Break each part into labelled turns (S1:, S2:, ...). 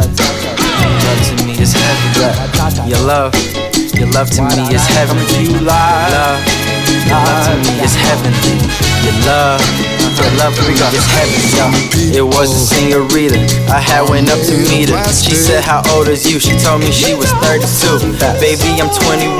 S1: Love to me is heaven. Your love, your love to me is heaven. Your love, your love to me is heaven. Your love, your love to me is heaven. Yo. It was a senorita. I had went up to meet her. She said, How old is you? She told me she was 32. Baby, I'm 21.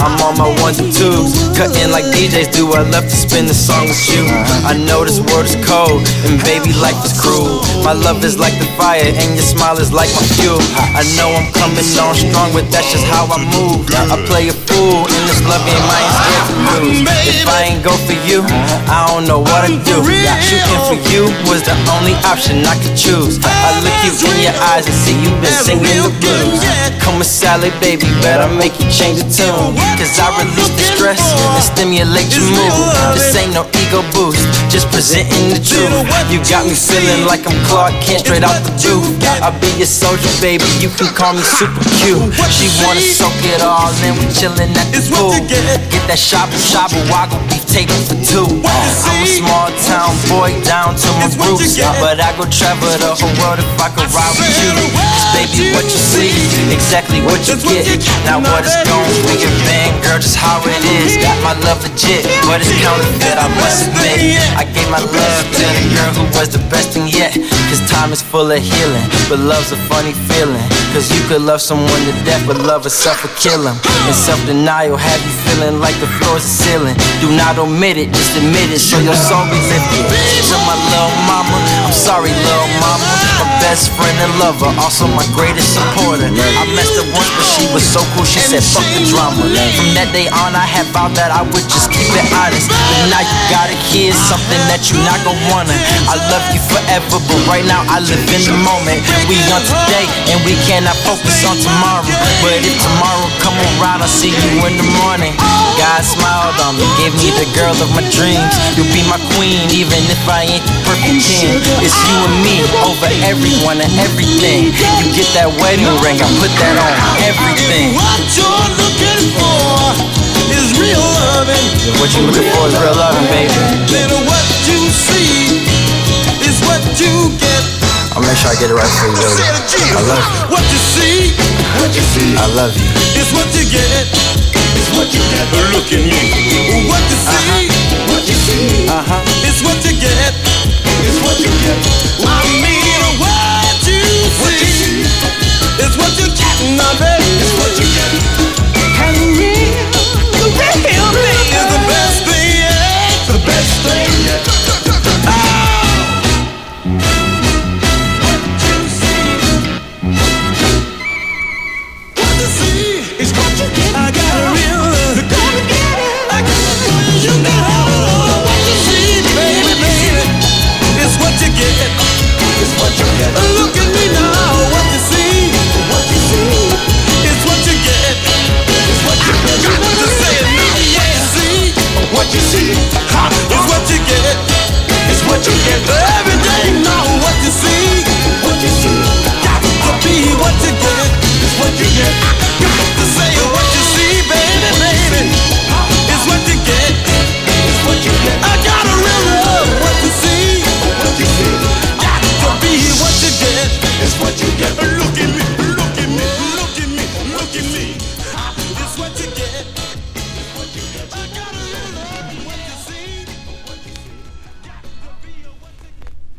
S1: I'm on my ones and twos. Cutting like DJs do. I love to spin the song with you. I know this world is cold, and baby, life is cruel. My love is like the fire, and your smile is like my fuel. I know I'm coming on strong, but that's just how I move. I play a fool in this love game, I ain't scared to lose. If I ain't go for you, I don't know what I do. Shooting for you was the only option I could choose. I look you in your eyes and see you been singing the blues. Come with Sally, baby, bet I make you change the tune. Cause I release the stress and stimulate your mood. This ain't no ego boost, just presenting the truth. You got me feeling like I'm Clark Kent straight out the booth. I'll be your soldier, baby. You can call me super cute. She wanna soak it all in. We chillin' at the pool. Get that shabu shabu wagyu beef table for two. I'm a small town boy down to my roots, but I go travel the whole world if I could ride with you. 'Cause baby, what you see, exactly what you get. Now what it's gon' be your bang, girl, just how it is. Got my love legit, but it's counterfeit. I must admit, I gave my love to the girl who was the best thing yet. Cause time is full of healing, but love's a funny feeling. Cause you could love someone to death, but love itself will kill him. And self denial have you feeling like the floor's a ceiling. Do not omit it, just admit it, so your soul be lifted. To my little mama, I'm sorry, little mama. My best friend and lover, also my greatest supporter. I messed up once, but she was so cool, she said, fuck the drama. From that day on, I had vowed that I would just keep it honest. But now you got a kid, something that you not gonna wanna. I love you forever, but right now I live in the moment. We on today, and we cannot focus on tomorrow. But if tomorrow come around, I'll see you in the morning. God smiled on me, gave me the girl of my dreams. You'll be my queen, even if I ain't the perfect king. It's you and me over everyone and everything. You get that wedding ring, I put that on everything.
S2: What you're looking for is real loving.
S1: What you looking for is real loving, baby.
S2: Then what you see is what you get.
S1: I'll make sure I get it right for you,
S2: Say
S1: baby.
S2: it again.
S1: I love you.
S2: What you see
S1: I love you.
S2: is what you get. Is what you get. Look at me. What you
S1: Uh-huh.
S2: see
S1: Uh huh.
S2: is what you get. Is what you get. I mean.